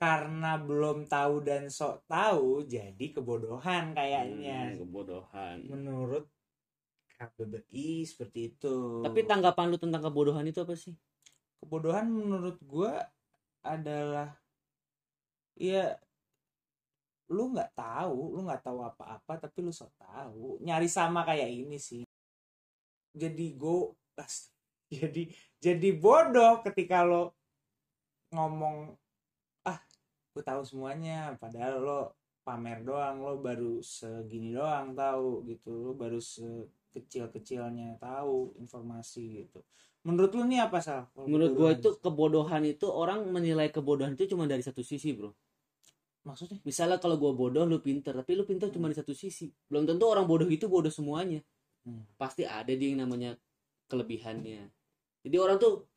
karena belum tahu dan sok tahu jadi kebodohan kayaknya. Hmm, kebodohan. Ya, menurut KBBI seperti itu. Tapi tanggapan lu tentang kebodohan itu apa sih? kebodohan menurut gua adalah ya lu nggak tahu, lu nggak tahu apa-apa tapi lu sok tahu. Nyari sama kayak ini sih. Jadi go as- <laughs> jadi jadi bodoh ketika lo ngomong ah gue tahu semuanya padahal lo pamer doang lo baru segini doang tahu gitu lo baru sekecil kecilnya tahu informasi gitu menurut lu nih apa sal Kalau Menurut gue kebodohan? itu kebodohan itu orang menilai kebodohan itu cuma dari satu sisi, Bro. maksudnya Misalnya kalau gue bodoh lu pinter, tapi lu pinter cuma di satu sisi. Belum tentu orang bodoh itu bodoh semuanya. Hmm. Pasti ada dia yang namanya kelebihannya. Jadi orang tuh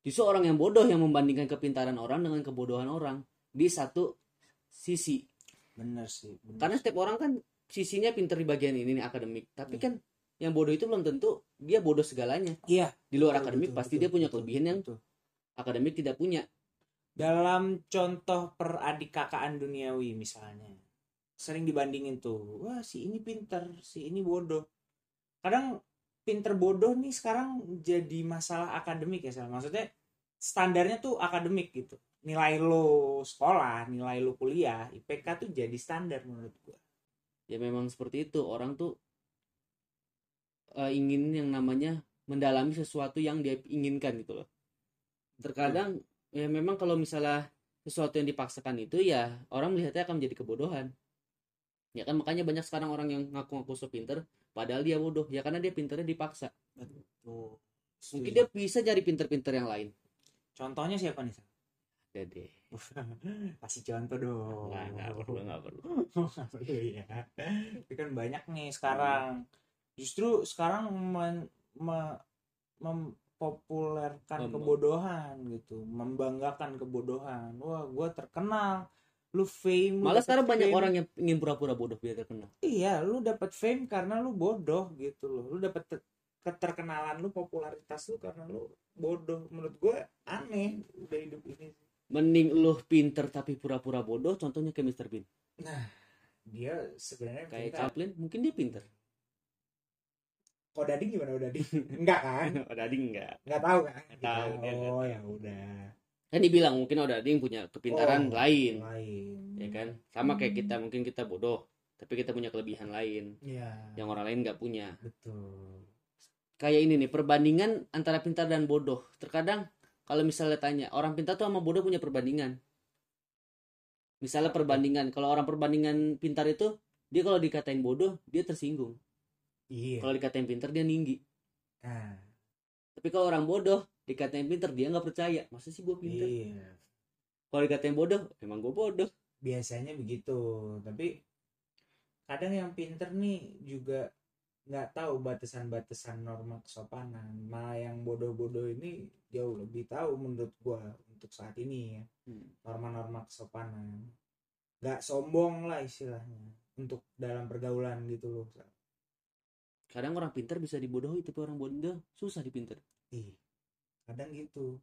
justru orang yang bodoh yang membandingkan kepintaran orang dengan kebodohan orang di satu sisi. bener sih bener. Karena setiap orang kan sisinya pinter di bagian ini nih akademik, tapi Hmm. kan yang bodoh itu belum tentu dia bodoh segalanya. iya Di luar betul, akademik betul, pasti betul, dia punya betul, kelebihan yang betul. akademik tidak punya. dalam contoh peradik kakaan duniawi misalnya sering dibandingin tuh wah si ini pinter si ini bodoh kadang pinter bodoh nih sekarang jadi masalah akademik ya Sal. maksudnya standarnya tuh akademik gitu nilai lo sekolah nilai lo kuliah IPK tuh jadi standar menurut gua ya memang seperti itu orang tuh eh, ingin yang namanya mendalami sesuatu yang dia inginkan gitu loh terkadang ya memang kalau misalnya sesuatu yang dipaksakan itu ya orang melihatnya akan menjadi kebodohan ya kan makanya banyak sekarang orang yang ngaku-ngaku so pinter padahal dia bodoh ya karena dia pinternya dipaksa tuh mungkin Iya. dia bisa cari pinter-pinter yang lain contohnya siapa nih Sal? deh <laughs> Oh. kasih contoh dong nggak nggak perlu nggak perlu Iya. Tapi kan banyak Iya. nih sekarang. Justru sekarang men- me- mempopulerkan Mem- kebodohan gitu, membanggakan kebodohan. Wah, gua terkenal. Lu fame. lu malah dapet sekarang banyak fame. orang yang ingin pura-pura bodoh biar terkenal Iya, lu dapat fame karena lu bodoh gitu loh. Lu dapat te- keterkenalan lu, popularitas lu karena lu bodoh. Menurut gua aneh udah hidup ini. mending lu pinter tapi pura-pura bodoh contohnya kayak Mr. Bean Dia sebenarnya kayak pintar. Chaplin mungkin dia <laughs> pinter Kok Dading gimana udah <laughs> Enggak kan? Odading enggak nggak tahu kan Nggak tahu, dia nggak oh ya udah kan dibilang mungkin Odading punya kepintaran Oh, lain lain ya kan sama kayak kita mungkin kita bodoh tapi kita punya kelebihan lain ya yang orang lain nggak punya betul kayak ini nih perbandingan antara pintar dan bodoh terkadang kalau misalnya tanya orang pintar tuh sama bodoh punya perbandingan misalnya perbandingan kalau orang perbandingan pintar itu dia kalau dikatain bodoh dia tersinggung iya kalau dikatain pintar dia ninggi nah tapi kalau orang bodoh dikatain pintar dia nggak percaya masa sih gue pintar iya kalau dikatain bodoh emang gue bodoh biasanya begitu tapi kadang yang pinter nih juga nggak tahu batasan-batasan norma kesopanan malah yang bodoh-bodoh ini jauh Hmm. lebih tahu menurut gua untuk saat ini ya norma-norma kesopanan nggak sombong lah istilahnya untuk dalam pergaulan gitu loh kadang orang pinter bisa dibodohi tapi orang bodoh susah dipinter Ih, kadang gitu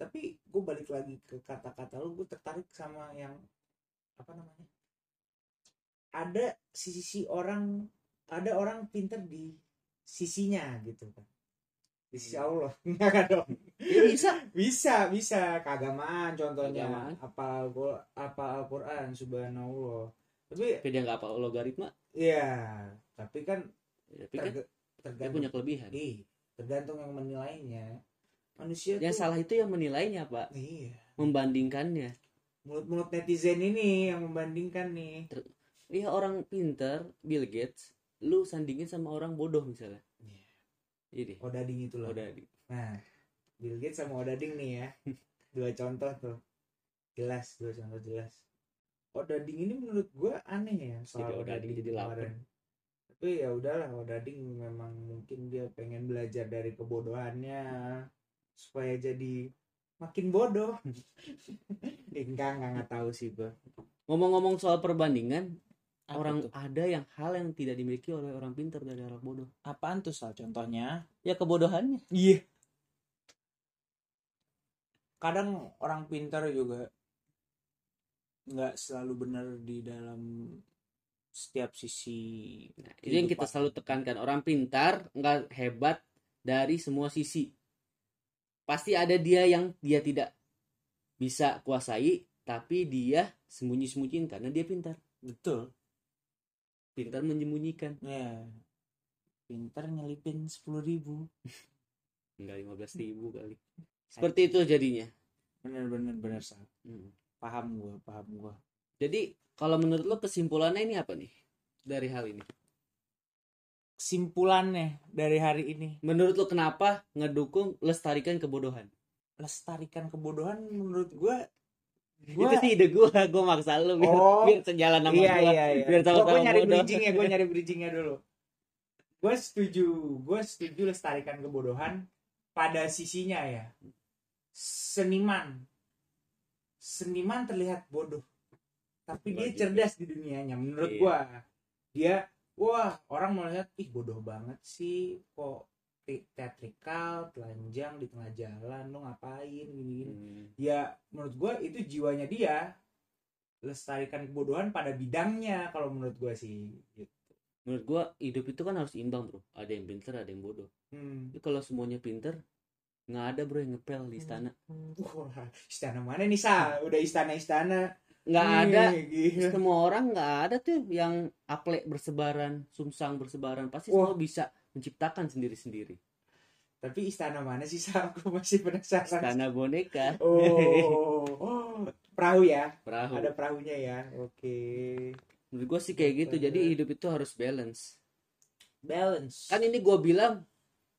tapi gue balik lagi ke kata-kata lu gue tertarik sama yang apa namanya ada sisi orang ada orang pinter di sisinya gitu kan di sisi Iya. Allah <laughs> enggak kan dong ya bisa bisa bisa keagamaan contohnya Keagamaan. apa Al- apa Al-Qur'an subhanallah tapi tapi dia nggak apa logaritma ya tapi kan ya, tapi kan terg- dia tergantung punya kelebihan Ih, tergantung yang menilainya manusia yang tuh salah itu yang menilainya pak iya membandingkannya mulut-mulut netizen ini yang membandingkan nih iya orang pinter Bill Gates lu sandingin sama orang bodoh misalnya Iya. ini Odading itu loh. udah Nah, Bill Gates sama Odading <laughs> nih ya. Dua contoh tuh. Jelas, dua contoh jelas. Odading ini menurut gua aneh ya soal Jadi Odading jadi lapar. kemarin. Tapi ya udahlah, Odading memang mungkin dia pengen belajar dari kebodohannya supaya jadi makin <laughs> bodoh. Eh, enggak, enggak, enggak tahu sih gua. ngomong-ngomong soal perbandingan Apa orang tuh? ada yang hal yang tidak dimiliki oleh orang pinter dari orang bodoh apaan tuh sal contohnya ya kebodohannya iya kadang orang pintar juga nggak selalu benar di dalam setiap sisi nah, itu yang kita Kehidupan. selalu tekankan orang pintar nggak hebat dari semua sisi pasti ada dia yang dia tidak bisa kuasai tapi dia sembunyi-sembunyiin karena dia pintar betul pintar menyembunyikan ya pintar nyelipin sepuluh ribu enggak lima belas ribu kali seperti itu jadinya Hmm. bener bener bener sal paham gua paham gua jadi kalau menurut lo kesimpulannya ini apa nih dari hal ini kesimpulannya dari hari ini menurut lo kenapa ngedukung lestarikan kebodohan lestarikan kebodohan menurut gua itu sih ide gue gue maksa lo biar, Oh. biar sejalan sama iya, gua. iya, iya. biar Gua- sama-sama gua nyari bodoh. bridging ya, gue nyari bridgingnya dulu. Gue setuju, gue setuju lestarikan kebodohan pada sisinya ya. Seniman, seniman terlihat bodoh, tapi dia Logika. cerdas di dunianya. Menurut Iya. gua dia wah orang melihat ih bodoh banget sih, kok te- teatrikal, telanjang di tengah jalan, lo ngapain <laughs> gini-gini Hmm. ya menurut gue itu jiwanya dia lestarikan kebodohan pada bidangnya kalau menurut gue sih gitu. menurut gue hidup itu kan harus imbang bro ada yang pinter ada yang bodoh hmm. Tapi kalau semuanya pinter nggak ada bro yang ngepel Hmm. di istana Wah, istana mana nih sa udah istana istana nggak Iya. ada gila. semua orang nggak ada tuh yang aplek bersebaran sumsang bersebaran pasti Wah. semua bisa menciptakan sendiri sendiri tapi istana mana sih sa aku masih penasaran istana boneka oh, oh. perahu ya perahu ada perahunya ya oke menurut gue sih kayak gitu jadi hidup itu harus balance balance kan ini gue bilang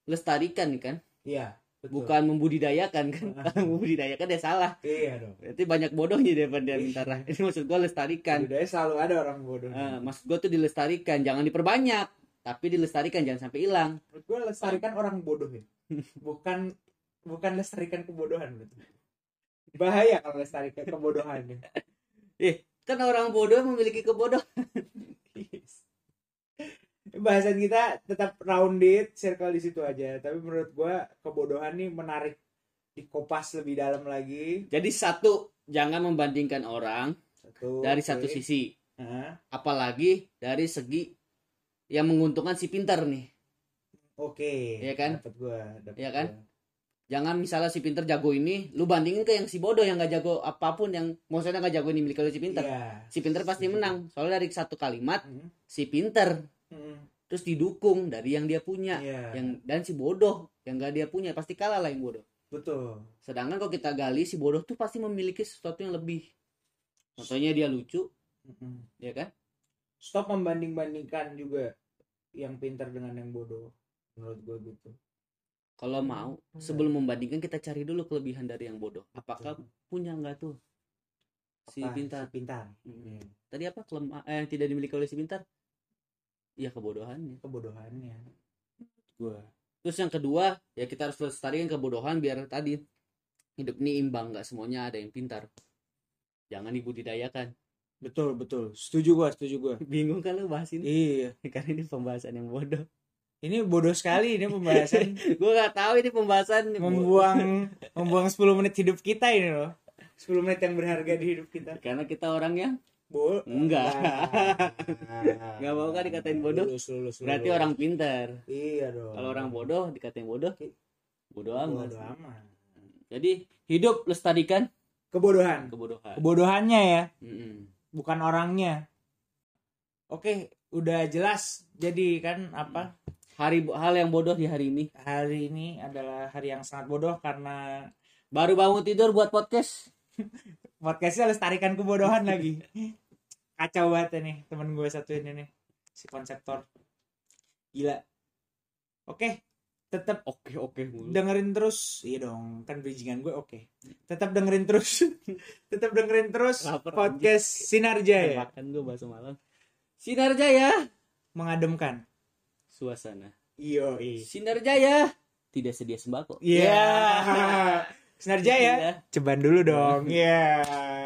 lestarikan kan iya betul. bukan membudidayakan kan kalau <laughs> membudidayakan ya salah <laughs> iya dong berarti banyak bodohnya daripada minta rah ini maksud gue lestarikan Budaya selalu ada orang bodoh Eh, maksud gue tuh dilestarikan jangan diperbanyak tapi dilestarikan jangan sampai hilang menurut gue lestarikan orang bodoh ya bukan bukan lestarikan kebodohan betul bahaya kalau lestarikan kebodohan ya. kan orang bodoh memiliki kebodohan bahasan kita tetap rounded circle di situ aja tapi menurut gue kebodohan nih menarik dikopas lebih dalam lagi jadi satu jangan membandingkan orang satu dari oke. satu sisi Hah, apalagi dari segi yang menguntungkan si pintar nih oke Iya kan? dapat gue dapat Iya kan? gua. jangan misalnya si pintar jago ini lu bandingin ke yang si bodoh yang gak jago apapun yang maksudnya gak jago ini milik lu si pintar Iya. si pintar pasti menang soalnya dari satu kalimat Mm, si pintar mm, terus didukung dari yang dia punya iya. yang dan si bodoh yang gak dia punya pasti kalah lah yang bodoh betul sedangkan kalau kita gali si bodoh tuh pasti memiliki sesuatu yang lebih contohnya dia lucu Mm-mm. ya kan stop membanding-bandingkan juga yang pintar dengan yang bodoh menurut gue gitu kalau mau sebelum membandingkan kita cari dulu kelebihan dari yang bodoh apakah punya nggak tuh si Apa? pintar si pintar Mm. tadi apa kelemah eh, yang tidak dimiliki oleh si pintar ya kebodohannya kebodohannya gua terus yang kedua ya kita harus lestarikan kebodohan biar tadi hidup ini imbang nggak semuanya ada yang pintar jangan dibudidayakan <laughs> betul betul setuju gua setuju gua Bingung kan lu bahas ini? iya <laughs> Karena ini pembahasan yang bodoh. <laughs> ini bodoh sekali ini pembahasan Gue gak tahu ini pembahasan membuang membuang 10 menit hidup kita ini loh 10 menit yang berharga di hidup kita Karena kita orang yang Bo Enggak. Nah. Nggak mau kan dikatain bodoh? Lulus, lulus, berarti lulus. orang pintar. iya dong Kalau orang bodoh dikatain bodoh, bodoh amat. bodoh amat Jadi hidup lestarikan kebodohan kebodohan. kebodohannya ya Mm-mm. bukan orangnya oke udah jelas jadi kan apa Hari hal yang bodoh di hari ini. hari ini adalah hari yang sangat bodoh karena Baru bangun tidur buat podcast. podcastnya lestarikan kebodohan lagi kacau banget ini temen gue satu ini nih si konseptor gila oke tetap Oke oke mulu. dengerin terus iya dong kan bridgingan gue oke tetap dengerin terus <laughs> tetap dengerin terus Laper, podcast sinar jaya Makan gue bahasa malam. Sinar Jaya mengademkan suasana. iyo Sinar Jaya tidak sedia sembako. <laughs> iya <laughs> sinar jaya Iya. ceban dulu dong iya